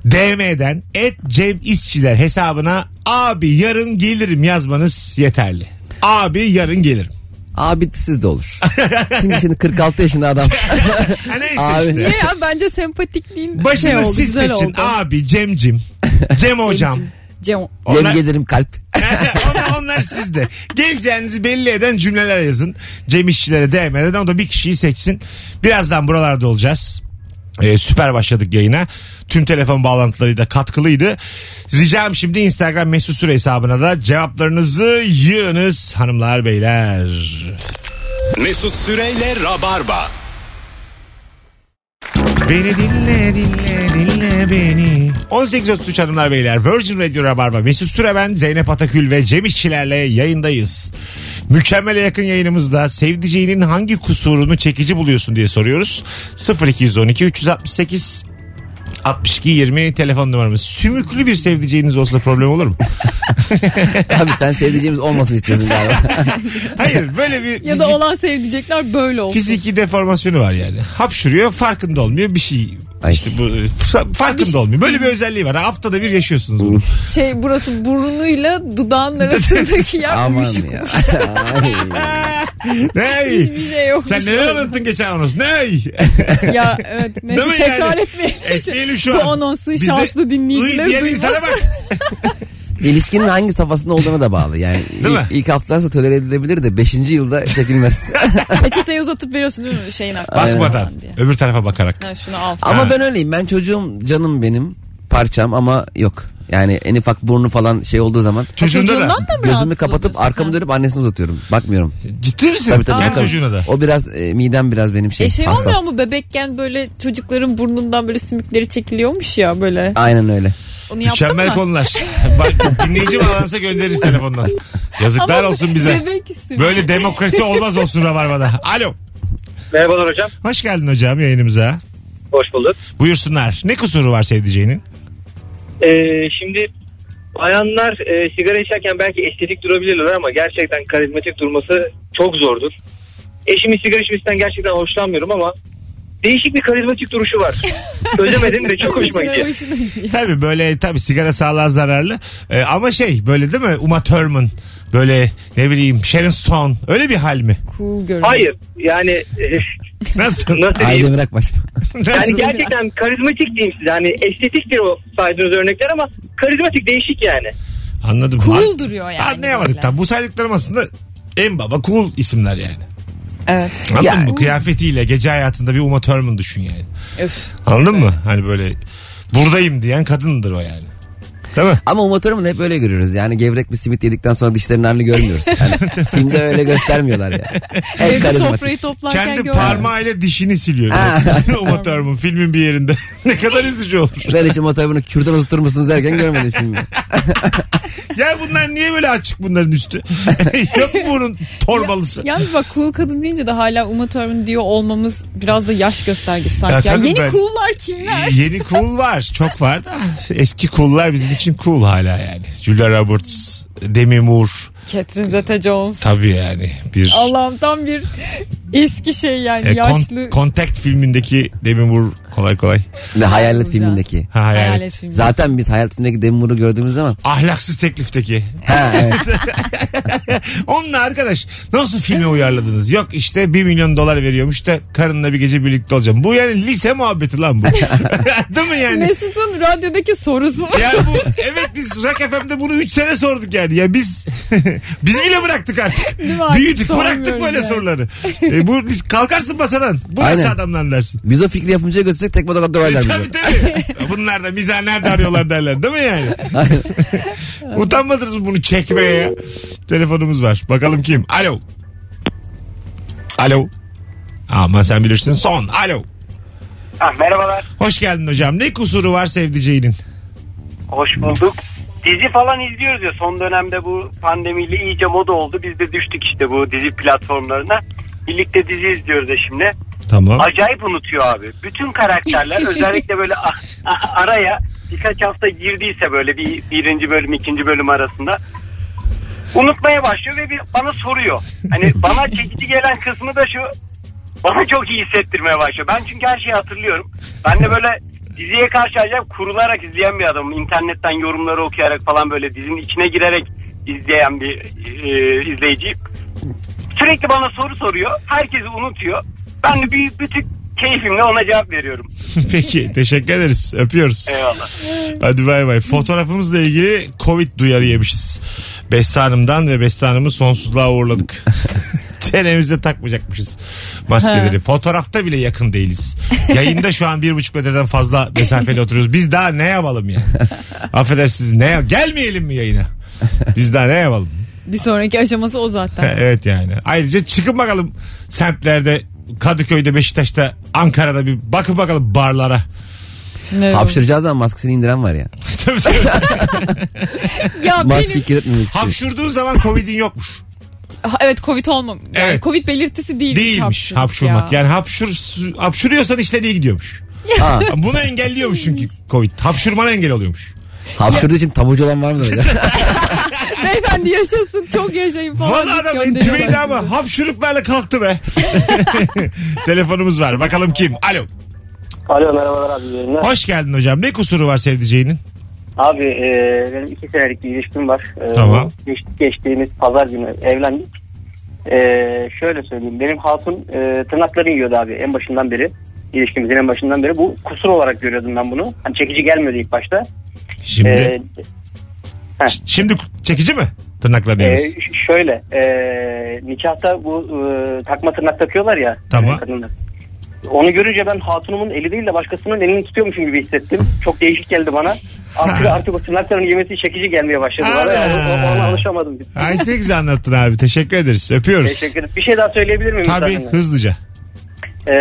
Speaker 2: DM'den et Cem İşçiler hesabına abi yarın gelirim yazmanız yeterli. Abi yarın gelirim.
Speaker 4: Abi siz de olur. Şimdi şimdi 46 yaşında adam.
Speaker 2: Ha, neyse
Speaker 4: Abi.
Speaker 2: işte.
Speaker 3: Niye E ya bence sempatikliğin
Speaker 2: Başını
Speaker 3: şey oldu,
Speaker 2: siz
Speaker 3: güzel
Speaker 2: seçin
Speaker 3: oldu.
Speaker 2: abi Cemcim. Cem hocam.
Speaker 3: Cem'cim, Cem.
Speaker 4: Cem
Speaker 2: Onlar-
Speaker 4: gelirim kalp.
Speaker 2: onlar, onlar sizde. Geleceğinizi belli eden cümleler yazın. Cem işçilere değmeden o da bir kişiyi seçsin. Birazdan buralarda olacağız. Ee, süper başladık yayına. Tüm telefon bağlantıları da katkılıydı. Ricam şimdi Instagram mesut süre hesabına da cevaplarınızı yığınız hanımlar beyler.
Speaker 1: Mesut Süreyle Rabarba.
Speaker 2: Beni dinle dinle dinle beni. 18.33 hanımlar beyler Virgin Radio Rabarba Mesut Süre ben Zeynep Atakül ve Cem İşçilerle yayındayız. Mükemmele yakın yayınımızda sevdiceğinin hangi kusurunu çekici buluyorsun diye soruyoruz. 0212 368 62 20 telefon numaramız. Sümüklü bir sevdiceğiniz olsa problem olur mu?
Speaker 4: Abi sen sevdiceğimiz olmasını istiyorsun galiba.
Speaker 2: Hayır böyle bir
Speaker 3: Ya da olan sevdicekler böyle olsun.
Speaker 2: fiziki deformasyonu var yani. Hapşuruyor farkında olmuyor bir şey.
Speaker 4: Ay.
Speaker 2: İşte bu e, farkında olmuyor. Böyle bir özelliği var. Haftada bir yaşıyorsunuz bunu.
Speaker 3: Şey burası burnuyla dudağın arasındaki yer
Speaker 4: Aman
Speaker 3: uyuşuk.
Speaker 4: ya. Ay.
Speaker 2: ne?
Speaker 3: Hiçbir şey yok. şey-
Speaker 2: Sen neler anlattın geçen anons? Ne?
Speaker 3: Ya evet neyse
Speaker 2: Değil mi
Speaker 3: tekrar
Speaker 2: yani?
Speaker 3: etmeyelim.
Speaker 2: Etmeyelim şu
Speaker 3: Bu
Speaker 2: an.
Speaker 3: anonsun
Speaker 2: Bize
Speaker 3: şanslı
Speaker 2: Iy
Speaker 3: dinleyicileri
Speaker 2: diyen
Speaker 3: duymaz.
Speaker 2: insana bak.
Speaker 4: İlişkinin hangi safhasında olduğuna da bağlı. Yani
Speaker 2: Değil mi?
Speaker 4: ilk, ilk haftalarsa tolere edilebilir de 5. yılda çekilmez.
Speaker 3: Peçeteyi uzatıp veriyorsun değil mi şeyin aklına?
Speaker 2: Bakmadan. Öbür tarafa bakarak.
Speaker 3: Ha, şunu al.
Speaker 4: Ama
Speaker 2: Ha.
Speaker 4: ben öyleyim. Ben çocuğum canım benim. Parçam ama yok. Yani en ufak burnu falan şey olduğu zaman
Speaker 2: Çocuğunda da.
Speaker 3: Çocuğundan da mı
Speaker 4: gözümü
Speaker 3: rahatsız
Speaker 4: kapatıp
Speaker 3: oluyorsun?
Speaker 4: arkamı
Speaker 3: Ha.
Speaker 4: dönüp annesine uzatıyorum. Bakmıyorum.
Speaker 2: Ciddi misin?
Speaker 4: Tabii tabii.
Speaker 2: Kendi
Speaker 4: bakarım.
Speaker 2: çocuğuna da.
Speaker 4: O biraz e, midem biraz benim şey,
Speaker 3: E şey
Speaker 4: hassas.
Speaker 3: olmuyor mu bebekken böyle çocukların burnundan böyle sümükleri çekiliyormuş ya böyle.
Speaker 4: Aynen öyle.
Speaker 3: Onu yaptın
Speaker 2: Mükemmel
Speaker 3: mı?
Speaker 2: konular. Bak dinleyici bağlansa göndeririz telefondan. Yazıklar
Speaker 3: Ama
Speaker 2: olsun bize.
Speaker 3: Bebek ismi.
Speaker 2: Böyle demokrasi olmaz olsun Rabarba'da. Alo.
Speaker 5: Merhabalar hocam.
Speaker 2: Hoş geldin hocam yayınımıza.
Speaker 5: Hoş bulduk.
Speaker 2: Buyursunlar. Ne kusuru var sevdiceğinin?
Speaker 5: Ee, şimdi bayanlar e, sigara içerken belki estetik durabilirler ama gerçekten karizmatik durması çok zordur. Eşimin sigara içmesinden gerçekten hoşlanmıyorum ama değişik bir karizmatik duruşu var. Çözemedim de çok hoşuma gidiyor.
Speaker 2: Tabii böyle tabii sigara sağlığa zararlı. Ee, ama şey böyle değil mi? Uma Thurman böyle ne bileyim Sharon Stone öyle bir hal mi?
Speaker 3: Cool görünüyor.
Speaker 5: Hayır yani e,
Speaker 2: Nasıl?
Speaker 5: nasıl diyeyim?
Speaker 4: Aile bırakma.
Speaker 5: Yani
Speaker 2: Nasıl?
Speaker 5: gerçekten karizmatik diyeyim size. Hani estetiktir o saydığınız örnekler ama karizmatik değişik yani.
Speaker 2: Anladım.
Speaker 3: Cool duruyor yani
Speaker 2: Anlayamadık
Speaker 3: böyle.
Speaker 2: tam. Bu saydıklarım aslında en baba cool isimler yani.
Speaker 3: Evet.
Speaker 2: Anladın
Speaker 4: Ya-
Speaker 2: mı? Kıyafetiyle gece hayatında bir Uma Thurman düşün yani.
Speaker 3: Öf.
Speaker 2: Anladın mı? Hani böyle buradayım diyen kadındır o yani. Değil mi?
Speaker 4: Ama Uma Thurman'ı hep öyle görüyoruz. Yani gevrek bir simit yedikten sonra dişlerinin halini görmüyoruz. Yani filmde öyle göstermiyorlar yani. Hep
Speaker 3: Evde
Speaker 4: karizmatik.
Speaker 3: sofrayı toplarken
Speaker 2: Kendi
Speaker 3: gördüm.
Speaker 2: parmağıyla dişini siliyor. Uma Thurman filmin bir yerinde. ne kadar üzücü olur.
Speaker 4: Ben hiç Uma Thurman'ı kürdan uzatır mısınız derken görmedim filmi.
Speaker 2: Ya bunlar niye böyle açık bunların üstü? Yok mu bunun torbalısı?
Speaker 3: Yalnız bak cool kadın deyince de hala Uma Thurman diyor olmamız biraz da yaş göstergesi
Speaker 2: Ya
Speaker 3: sanki. Ya
Speaker 2: tabii
Speaker 3: yeni
Speaker 2: ben-
Speaker 3: cool'lar kimler?
Speaker 2: Yeni cool var. Çok var da eski cool'lar bizim için cool hala yani. Julia Roberts, Demi Moore
Speaker 3: Catherine Zeta-Jones.
Speaker 2: tabii yani bir
Speaker 3: Allah'ım tam bir eski şey yani
Speaker 2: e, kon-
Speaker 3: yaşlı.
Speaker 2: Contact filmindeki Demi Moore kolay kolay.
Speaker 4: Ve hayalet
Speaker 3: Olacak.
Speaker 4: filmindeki.
Speaker 2: Ha, hayal
Speaker 3: Hayalet
Speaker 2: et.
Speaker 3: filmi.
Speaker 4: Zaten biz hayalet filmindeki Demi Moore'u gördüğümüz zaman.
Speaker 2: Ahlaksız teklifteki.
Speaker 4: Ha, evet.
Speaker 2: Onunla arkadaş nasıl filme uyarladınız? Yok işte 1 milyon dolar veriyormuş da karınla bir gece birlikte olacağım. Bu yani lise muhabbeti lan bu. Değil mi yani?
Speaker 3: Mesut'un radyodaki sorusu.
Speaker 2: Ya bu evet biz Rock FM'de bunu 3 sene sorduk yani. Ya biz biz bile bıraktık artık.
Speaker 3: mi? Artık
Speaker 2: Büyüdük bıraktık
Speaker 3: sormuyoruz
Speaker 2: böyle
Speaker 3: yani.
Speaker 2: soruları. E, bu biz kalkarsın masadan. Bu nasıl
Speaker 4: Aynen.
Speaker 2: adamlar dersin.
Speaker 4: Biz o fikri yapımcıya götürsek tekme tokat
Speaker 3: E,
Speaker 4: döverler bizi.
Speaker 2: Tabii tabii. Bunlar da mizah nerede arıyorlar derler değil mi yani? Utanmadınız mı bunu çekmeye ya? Telefonumuz var. Bakalım kim? Alo. Alo. Ama sen bilirsin son. Alo.
Speaker 5: merhabalar.
Speaker 2: Hoş geldin hocam. Ne kusuru var sevdiceğinin?
Speaker 5: Hoş bulduk. Dizi falan izliyoruz ya son dönemde bu pandemiyle iyice moda oldu. Biz de düştük işte bu dizi platformlarına. Birlikte dizi izliyoruz eşimle.
Speaker 2: Tamam.
Speaker 5: Acayip unutuyor abi. Bütün karakterler özellikle böyle a- a- araya birkaç hafta girdiyse böyle bir birinci bölüm ikinci bölüm arasında unutmaya başlıyor ve bir bana soruyor. Hani bana çekici gelen kısmı da şu bana çok iyi hissettirmeye başlıyor. Ben çünkü her şeyi hatırlıyorum. Ben de böyle diziye karşı acayip kurularak izleyen bir adamım. İnternetten yorumları okuyarak falan böyle dizinin içine girerek izleyen bir e, izleyiciyim. Sürekli bana soru soruyor. Herkesi unutuyor. Ben de bir bütün keyfimle ona cevap veriyorum.
Speaker 2: Peki teşekkür ederiz. Öpüyoruz.
Speaker 5: Eyvallah.
Speaker 2: Hadi bay bay. Fotoğrafımızla ilgili Covid duyarı yemişiz. Beste Hanım'dan ve Beste Hanım'ı sonsuzluğa uğurladık. Çenemize takmayacakmışız maskeleri. Fotoğrafta bile yakın değiliz. Yayında şu an bir buçuk metreden fazla mesafeli oturuyoruz. Biz daha ne yapalım ya? Affedersiniz ne yap- Gelmeyelim mi yayına? Biz daha ne yapalım?
Speaker 3: Bir sonraki aşaması o zaten.
Speaker 2: evet yani. Ayrıca çıkın bakalım semtlerde Kadıköy'de, Beşiktaş'ta, Ankara'da bir bakın bakalım barlara.
Speaker 3: Ne
Speaker 4: Hapşıracağı zaman maskesini indiren var ya.
Speaker 2: Tabii tabii.
Speaker 3: Ya benim
Speaker 4: Maskeyi kirletmemek istiyor.
Speaker 2: Hapşurduğun zaman Covid'in yokmuş.
Speaker 3: Ha, evet Covid olmam. Yani
Speaker 2: Evet.
Speaker 3: Covid belirtisi değilmiş,
Speaker 2: Değilmiş
Speaker 3: hapşurmak
Speaker 2: hapşurmak.
Speaker 3: ya.
Speaker 2: Yani hapşur, hapşuruyorsan işler iyi gidiyormuş.
Speaker 4: Aa.
Speaker 2: Bunu engelliyormuş çünkü Covid. Hapşurmana engel oluyormuş.
Speaker 4: Hapşırdığı için taburcu olan var mı böyle?
Speaker 3: Beyefendi yaşasın çok yaşayın falan.
Speaker 2: Valla
Speaker 3: deyip
Speaker 2: adam en
Speaker 3: gönderiyorlar
Speaker 2: tümüyle
Speaker 3: sizi.
Speaker 2: ama hapşuruklarla kalktı be. Telefonumuz var. Bakalım kim? Alo.
Speaker 5: Alo merhabalar abi. Yayınlar.
Speaker 2: Hoş geldin hocam. Ne kusuru var sevdiceğinin?
Speaker 5: Abi e, benim iki senelik bir ilişkim var. E,
Speaker 2: Tamam.
Speaker 5: geç- geçtiğimiz pazar günü evlendik. E, şöyle söyleyeyim. Benim hatun e, tırnakları yiyordu abi en başından beri. İlişkimizin en başından beri. Bu kusur olarak görüyordum ben bunu. Hani çekici gelmiyordu ilk başta.
Speaker 2: Şimdi
Speaker 5: E,
Speaker 2: ş- şimdi çekici mi? Tırnaklarını
Speaker 5: e,
Speaker 2: yalnız.
Speaker 5: ş- şöyle e, nikahta bu e, takma tırnak takıyorlar ya.
Speaker 2: Tamam.
Speaker 5: kadınlar. Onu görünce ben hatunumun eli değil de başkasının elini tutuyormuşum gibi hissettim. Çok değişik geldi bana. Artık, artık o tırnakların yemesi çekici gelmeye başladı bana. Yani o- ona alışamadım.
Speaker 2: Ay ne güzel anlattın abi. Teşekkür ederiz. Öpüyoruz.
Speaker 5: Teşekkür ederim. Bir şey daha söyleyebilir miyim?
Speaker 2: Tabii
Speaker 5: müsaadenle?
Speaker 2: hızlıca.
Speaker 5: Ee,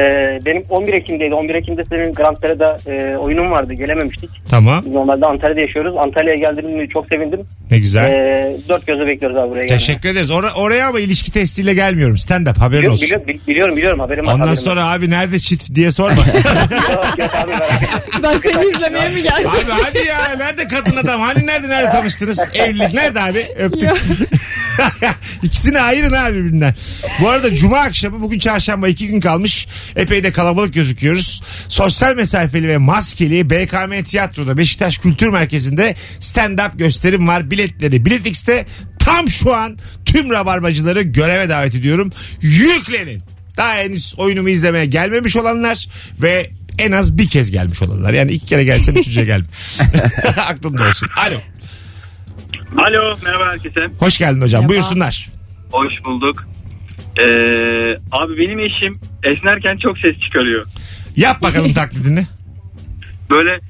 Speaker 5: benim 11 Ekim'deydi. 11 Ekim'de senin Grand Prix'de e, oyunum vardı. Gelememiştik.
Speaker 2: Tamam.
Speaker 5: Biz normalde Antalya'da yaşıyoruz. Antalya'ya geldiğimde çok sevindim.
Speaker 2: Ne güzel.
Speaker 5: Ee, dört gözle bekliyoruz abi buraya gelmeye.
Speaker 2: Teşekkür ederiz. Ora- oraya ama ilişki testiyle gelmiyorum. Stand up haberin
Speaker 5: Biliyorum,
Speaker 2: olsun.
Speaker 5: biliyorum, bil- biliyorum, biliyorum haberim var.
Speaker 2: Ondan
Speaker 5: haberim var.
Speaker 2: sonra abi nerede çift diye sorma.
Speaker 5: Yok, yok abi, merak etme.
Speaker 3: Ben seni izlemeye mi geldim?
Speaker 2: abi hadi ya nerede kadın adam? Hani nerede nerede tanıştınız? Evlilik nerede abi? Öptük.
Speaker 3: Ya.
Speaker 2: İkisini ayırın abi birbirinden. Bu arada cuma akşamı bugün çarşamba iki gün kalmış. Epey de kalabalık gözüküyoruz. Sosyal mesafeli ve maskeli BKM Tiyatro'da Beşiktaş Kültür Merkezi'nde stand-up gösterim var. Biletleri Bilet X'te tam şu an tüm rabarbacıları göreve davet ediyorum. Yüklenin. Daha henüz oyunumu izlemeye gelmemiş olanlar ve en az bir kez gelmiş olanlar. Yani iki kere gelsen üçüncüye geldim. Aklımda olsun. Alo.
Speaker 7: Alo merhaba herkese.
Speaker 2: Hoş geldin hocam.
Speaker 3: Merhaba.
Speaker 2: Buyursunlar.
Speaker 7: Hoş bulduk. Ee, abi benim eşim esnerken çok ses çıkarıyor.
Speaker 2: Yap bakalım taklidini.
Speaker 7: Böyle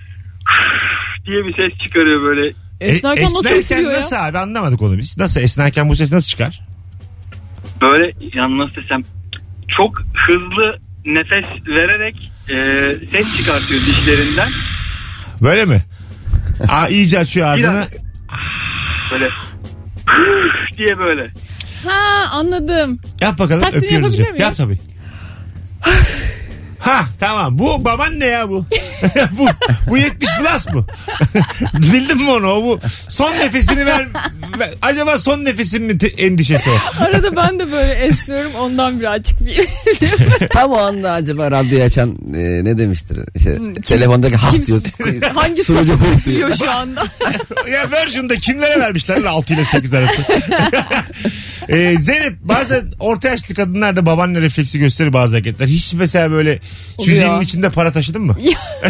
Speaker 7: diye bir ses çıkarıyor böyle.
Speaker 3: Esnerken nasıl esniyor ya?
Speaker 2: e, nasıl abi anlamadık onu biz. Nasıl esnerken bu ses nasıl çıkar?
Speaker 7: Böyle yani nasıl desem çok hızlı nefes vererek e, ses çıkartıyor dişlerinden.
Speaker 2: Böyle mi? Aa, iyice açıyor ağzını.
Speaker 7: Biraz. Böyle diye böyle.
Speaker 3: Ha anladım.
Speaker 2: Yap bakalım
Speaker 3: Taklidini
Speaker 2: öpüyoruz
Speaker 3: yapabilir
Speaker 2: hocam.
Speaker 3: miyim?
Speaker 2: Yap tabii. Ha tamam bu baban ne ya bu? bu bu 70 plus mu? Bildin mi onu o bu? Son nefesini ver. ver- Acaba son nefesin mi te- endişesi o?
Speaker 3: Arada ben de böyle esniyorum ondan birazcık bir.
Speaker 4: Tam o anda acaba radyoyu açan e, ne demiştir? İşte, telefondaki hak
Speaker 3: kim-
Speaker 4: diyor.
Speaker 3: Hangi
Speaker 4: Sunucu
Speaker 3: sapık
Speaker 4: korkuyor.
Speaker 3: diyor şu anda?
Speaker 2: ya Virgin'de kimlere vermişler lan 6 ile 8 arası? ee, Zeynep bazen orta yaşlı kadınlar da babaanne refleksi gösterir bazı hareketler. Hiç mesela böyle
Speaker 3: Oluyor.
Speaker 2: cüdenin içinde para taşıdın mı?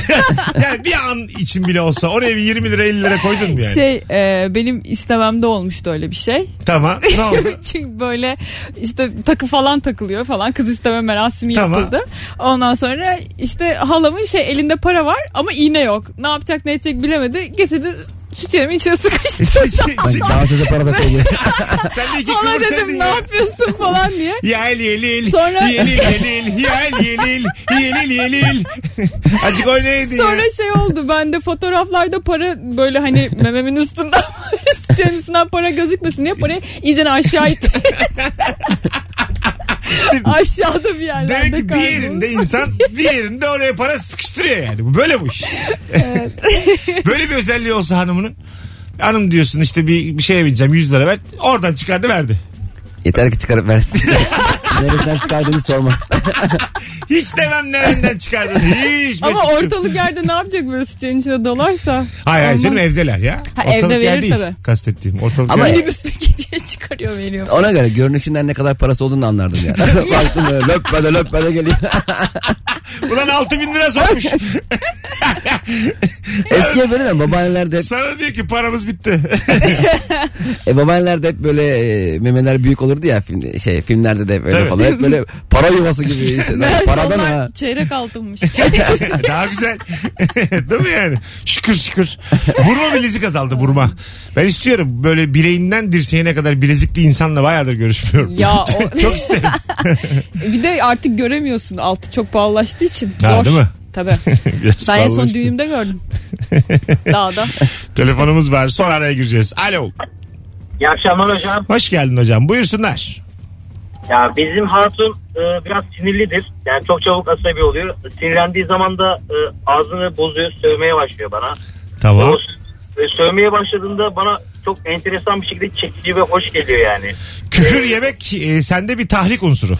Speaker 2: yani bir an için bile olsa oraya bir 20 lira 50 lira koydun mu yani?
Speaker 3: Şey e, benim istememde olmuştu öyle bir şey.
Speaker 2: Tamam ne oldu?
Speaker 3: Çünkü böyle işte takı falan takılıyor falan. Kız isteme merasimi
Speaker 2: Tamam.
Speaker 3: yapıldı. Ondan sonra işte halamın şey elinde para var ama iğne yok. Ne yapacak ne edecek bilemedi. Getirdi süt yerimi içine sıkıştı.
Speaker 4: Sanki daha söze para da koyuyor.
Speaker 2: Sen de iki
Speaker 3: Hala
Speaker 2: kıvırsaydın
Speaker 3: dedim ne
Speaker 2: ya.
Speaker 3: yapıyorsun falan diye.
Speaker 2: Yel yelil,
Speaker 3: Sonra-
Speaker 2: yelil yelil, yel yelil, yelil yelil. Azıcık oynaydı ya.
Speaker 3: Sonra şey oldu ben de fotoğraflarda para böyle hani mememin üstünden böyle sütyenin üstünden para gözükmesin diye parayı iyice aşağı itti. Aşağıda bir yerlerde
Speaker 2: Demek ki bir
Speaker 3: kayboldu.
Speaker 2: yerinde insan bir yerinde oraya para sıkıştırıyor yani. Bu Böyle bu iş. Böyle bir özelliği olsa hanımının. Hanım diyorsun işte bir, bir şeye bineceğim 100 lira ver. Oradan çıkardı verdi.
Speaker 4: Yeter ki çıkarıp versin. Neresinden çıkardığını sorma.
Speaker 2: Hiç demem nereden çıkardın. Hiç.
Speaker 3: Ama
Speaker 2: Mesut'cum.
Speaker 3: ortalık yerde ne yapacak böyle sütyenin içine dolarsa?
Speaker 2: Hayır hayır
Speaker 3: Olmaz.
Speaker 2: canım evdeler ya.
Speaker 3: Ha,
Speaker 2: ortalık
Speaker 3: evde
Speaker 2: yer
Speaker 3: verir
Speaker 2: değil
Speaker 3: tabii.
Speaker 2: Kastettiğim ortalık
Speaker 4: Ama-
Speaker 2: yer.
Speaker 3: Minibüsteki diye çıkarıyor veriyor.
Speaker 4: Ona göre görünüşünden ne kadar parası olduğunu anlardım yani. Baktım böyle löpmede löpmede geliyor.
Speaker 2: Ulan 6 bin lira sokmuş.
Speaker 4: Eskiye böyle de babaannelerde hep,
Speaker 2: Sana diyor ki paramız bitti.
Speaker 4: e, babaannelerde hep böyle e, memeler büyük olurdu ya film, şey filmlerde de böyle
Speaker 2: Tabii.
Speaker 4: falan. Hep böyle para yuvası gibi. Işte.
Speaker 3: Meğerse
Speaker 4: Paradan
Speaker 3: onlar
Speaker 4: ha.
Speaker 3: çeyrek altınmış.
Speaker 2: Daha güzel. Değil mi yani? Şıkır şıkır. Burma bilezik azaldı burma. Ben istiyorum böyle bileğinden dirseğine kadar bilezikli insanla bayağıdır görüşmüyorum.
Speaker 3: ya o-
Speaker 2: Çok isterim.
Speaker 3: bir de artık göremiyorsun altı çok pahalılaştığı için.
Speaker 2: Ha,
Speaker 3: Zor.
Speaker 2: değil mi?
Speaker 3: Tabii.
Speaker 2: Biraz
Speaker 3: Ben en son
Speaker 2: pahalılaştı.
Speaker 3: düğümde gördüm. Dağda.
Speaker 2: Telefonumuz var. Son araya gireceğiz. Alo.
Speaker 5: İyi akşamlar hocam.
Speaker 2: Hoş geldin hocam. Buyursunlar.
Speaker 5: Ya bizim hatun e, biraz sinirlidir. Yani çok çabuk asabi oluyor. Sinirlendiği zaman da e, ağzını bozuyor, sövmeye başlıyor bana.
Speaker 2: Tamam.
Speaker 5: O s- e, sövmeye başladığında bana çok enteresan bir şekilde çekici ve hoş geliyor yani.
Speaker 2: Küfür yemek e, sende bir tahrik unsuru.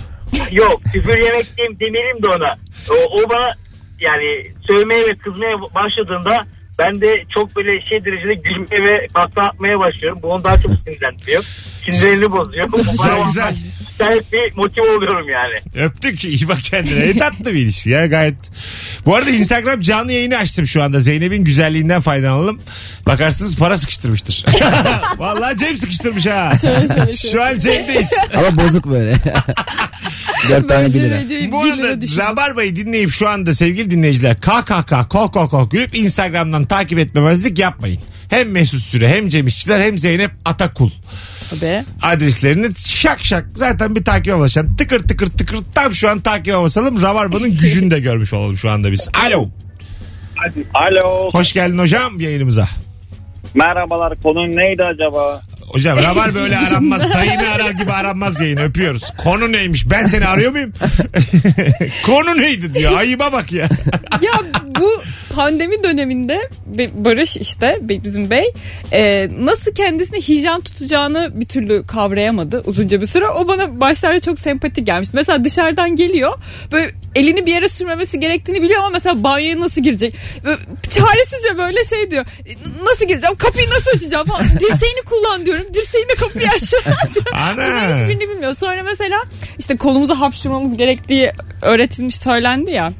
Speaker 5: Yok küfür yemek diyeyim, demeyelim de ona. O, o bana yani sövmeye ve kızmaya başladığında ben de çok böyle şey derecede gülmeye ve kahkaha atmaya başlıyorum. Bu onu daha çok sinirlendiriyor. Sinirlerini bozuyor. Bu
Speaker 2: Güzel,
Speaker 5: bana
Speaker 2: güzel.
Speaker 5: acayip bir motive oluyorum yani.
Speaker 2: Öptük. İyi bak kendine. E, tatlı bir ilişki ya gayet. Bu arada Instagram canlı yayını açtım şu anda. Zeynep'in güzelliğinden faydalanalım. Bakarsınız para sıkıştırmıştır. Vallahi Cem sıkıştırmış ha.
Speaker 3: Şöyle, şöyle, şöyle.
Speaker 2: şu an Cem'deyiz.
Speaker 4: Ama bozuk böyle. Dört tane bir
Speaker 3: Bence
Speaker 4: lira.
Speaker 3: videoyu
Speaker 2: Bu
Speaker 3: bir lira
Speaker 2: arada
Speaker 3: düşün.
Speaker 2: Rabarba'yı dinleyip şu anda sevgili dinleyiciler KKK koh koh koh gülüp Instagram'dan takip etmemezlik yapmayın. Hem Mesut Süre hem Cem İşçiler hem Zeynep Atakul
Speaker 3: Be.
Speaker 2: adreslerini şak şak zaten bir takip basan tıkır tıkır tıkır tam şu an takip basalım Rabarba'nın gücünü de görmüş olalım şu anda biz. Alo.
Speaker 8: Alo.
Speaker 2: Hoş geldin hocam yayınımıza.
Speaker 8: Merhabalar. Konu neydi acaba?
Speaker 2: Hocam Rabar böyle aranmaz. Dayını arar gibi aranmaz yayın. Öpüyoruz. Konu neymiş? Ben seni arıyor muyum? Konu neydi diyor. Ayıba bak ya.
Speaker 3: ya bu pandemi döneminde Be- Barış işte Be- bizim bey e, nasıl kendisini hijyen tutacağını bir türlü kavrayamadı uzunca bir süre. O bana başlarda çok sempatik gelmişti. Mesela dışarıdan geliyor böyle elini bir yere sürmemesi gerektiğini biliyor ama mesela banyoya nasıl girecek? Böyle çaresizce böyle şey diyor. "E, Nasıl gireceğim? Kapıyı nasıl açacağım? falan. Dirseğini kullan diyorum. Dirseğimle kapıyı aç. Bunların
Speaker 2: Ana.
Speaker 3: hiçbirini bilmiyor. Sonra mesela işte kolumuzu hapşırmamız gerektiği öğretilmiş söylendi ya.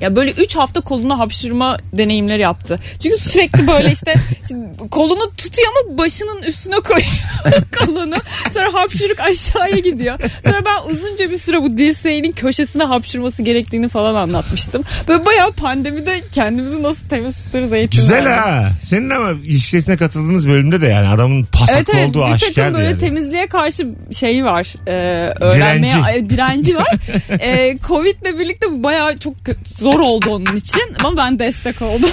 Speaker 3: Ya böyle 3 hafta koluna hapşırma deneyimleri yaptı. Çünkü sürekli böyle işte şimdi kolunu tutuyor ama başının üstüne koyuyor kolunu. Sonra hapşırık aşağıya gidiyor. Sonra ben uzunca bir süre bu dirseğinin köşesine hapşırması gerektiğini falan anlatmıştım. Böyle bayağı pandemide kendimizi nasıl temiz tutarız eğitimler.
Speaker 2: Güzel ha. Senin ama ilişkisine katıldığınız bölümde de yani adamın pasaklı
Speaker 3: Evet evet
Speaker 2: olduğu
Speaker 3: bir takım
Speaker 2: aşikardı
Speaker 3: böyle
Speaker 2: yani.
Speaker 3: temizliğe karşı şeyi var. Ee, öğrenmeye
Speaker 2: Direnci.
Speaker 3: ay, direnci var. ee, Covid'le birlikte bu bayağı çok kö- zor oldu onun için ama ben destek oldum.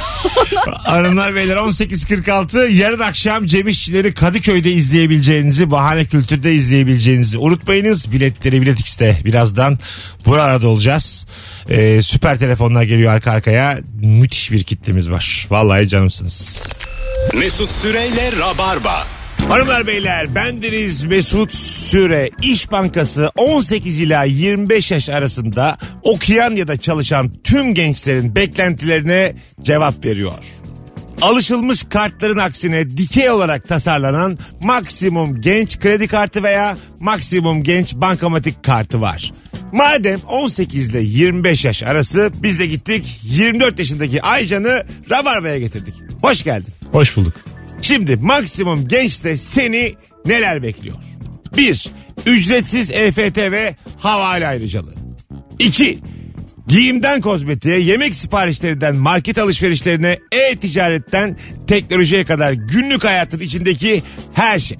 Speaker 2: Hanımlar beyler 18.46 yarın akşam Cem İşçileri Kadıköy'de izleyebileceğinizi Bahane Kültür'de izleyebileceğinizi unutmayınız. Biletleri Bilet X'te birazdan burada olacağız. Ee, süper telefonlar geliyor arka arkaya. Müthiş bir kitlemiz var. Vallahi canımsınız.
Speaker 1: Mesut Süreyle Rabarba.
Speaker 2: Hanımlar beyler bendeniz Mesut Süre İş Bankası 18 ila 25 yaş arasında okuyan ya da çalışan tüm gençlerin beklentilerine cevap veriyor. Alışılmış kartların aksine dikey olarak tasarlanan maksimum genç kredi kartı veya maksimum genç bankamatik kartı var. Madem 18 ile 25 yaş arası biz de gittik 24 yaşındaki Aycan'ı Rabarba'ya getirdik. Hoş geldin.
Speaker 9: Hoş bulduk.
Speaker 2: Şimdi maksimum gençte seni neler bekliyor? 1. Ücretsiz EFT ve havale ayrıcalığı. 2. Giyimden kozmetiğe, yemek siparişlerinden market alışverişlerine, e-ticaretten teknolojiye kadar günlük hayatın içindeki her şey.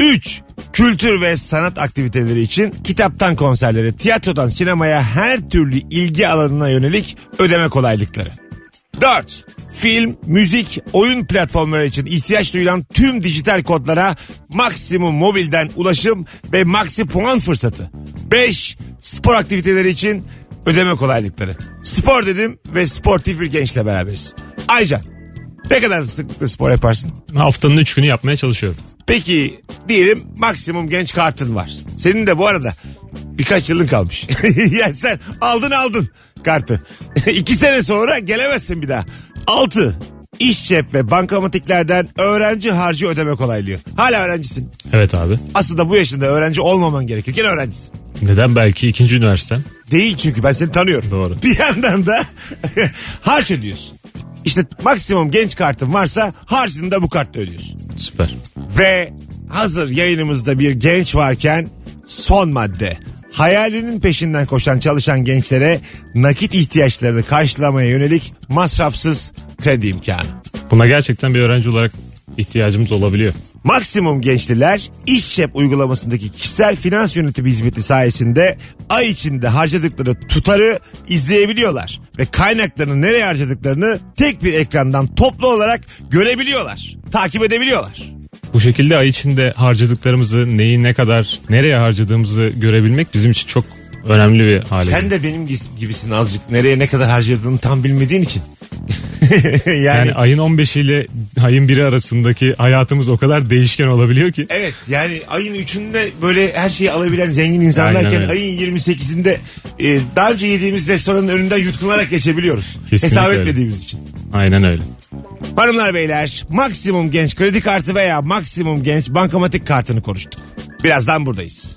Speaker 2: 3. Kültür ve sanat aktiviteleri için kitaptan konserlere, tiyatrodan sinemaya her türlü ilgi alanına yönelik ödeme kolaylıkları. 4. Film, müzik, oyun platformları için ihtiyaç duyulan tüm dijital kodlara maksimum mobilden ulaşım ve maksi puan fırsatı. 5. Spor aktiviteleri için ödeme kolaylıkları. Spor dedim ve sportif bir gençle beraberiz. Aycan ne kadar sıklıkla spor yaparsın?
Speaker 9: Haftanın 3 günü yapmaya çalışıyorum.
Speaker 2: Peki diyelim maksimum genç kartın var. Senin de bu arada birkaç yılın kalmış. yani sen aldın aldın kartı. İki sene sonra gelemezsin bir daha. Altı. İş cep ve bankamatiklerden öğrenci harcı ödeme kolaylığı. Hala öğrencisin.
Speaker 9: Evet abi.
Speaker 2: Aslında bu yaşında öğrenci olmaman gerekirken öğrencisin.
Speaker 9: Neden belki ikinci üniversitem?
Speaker 2: Değil çünkü ben seni tanıyorum.
Speaker 9: Doğru.
Speaker 2: Bir yandan da harç ödüyorsun. İşte maksimum genç kartın varsa harcını da bu kartla ödüyorsun.
Speaker 9: Süper.
Speaker 2: Ve hazır yayınımızda bir genç varken son madde. Hayalinin peşinden koşan çalışan gençlere nakit ihtiyaçlarını karşılamaya yönelik masrafsız kredi imkanı.
Speaker 9: Buna gerçekten bir öğrenci olarak ihtiyacımız olabiliyor.
Speaker 2: Maksimum gençliler iş cep uygulamasındaki kişisel finans yönetimi hizmeti sayesinde ay içinde harcadıkları tutarı izleyebiliyorlar. Ve kaynaklarını nereye harcadıklarını tek bir ekrandan toplu olarak görebiliyorlar. Takip edebiliyorlar.
Speaker 9: Bu şekilde ay içinde harcadıklarımızı, neyi ne kadar, nereye harcadığımızı görebilmek bizim için çok önemli bir hale.
Speaker 2: Sen de benim gis- gibisin azıcık. Nereye ne kadar harcadığını tam bilmediğin için. yani,
Speaker 9: yani ayın 15 ile ayın 1'i arasındaki hayatımız o kadar değişken olabiliyor ki.
Speaker 2: evet yani ayın 3'ünde böyle her şeyi alabilen zengin
Speaker 9: Aynen
Speaker 2: insanlarken
Speaker 9: öyle.
Speaker 2: ayın 28'inde e, daha önce yediğimiz restoranın önünden yutkunarak geçebiliyoruz.
Speaker 9: Kesinlikle
Speaker 2: Hesap
Speaker 9: öyle.
Speaker 2: etmediğimiz için.
Speaker 9: Aynen öyle.
Speaker 2: Hanımlar beyler maksimum genç kredi kartı veya maksimum genç bankamatik kartını konuştuk. Birazdan buradayız.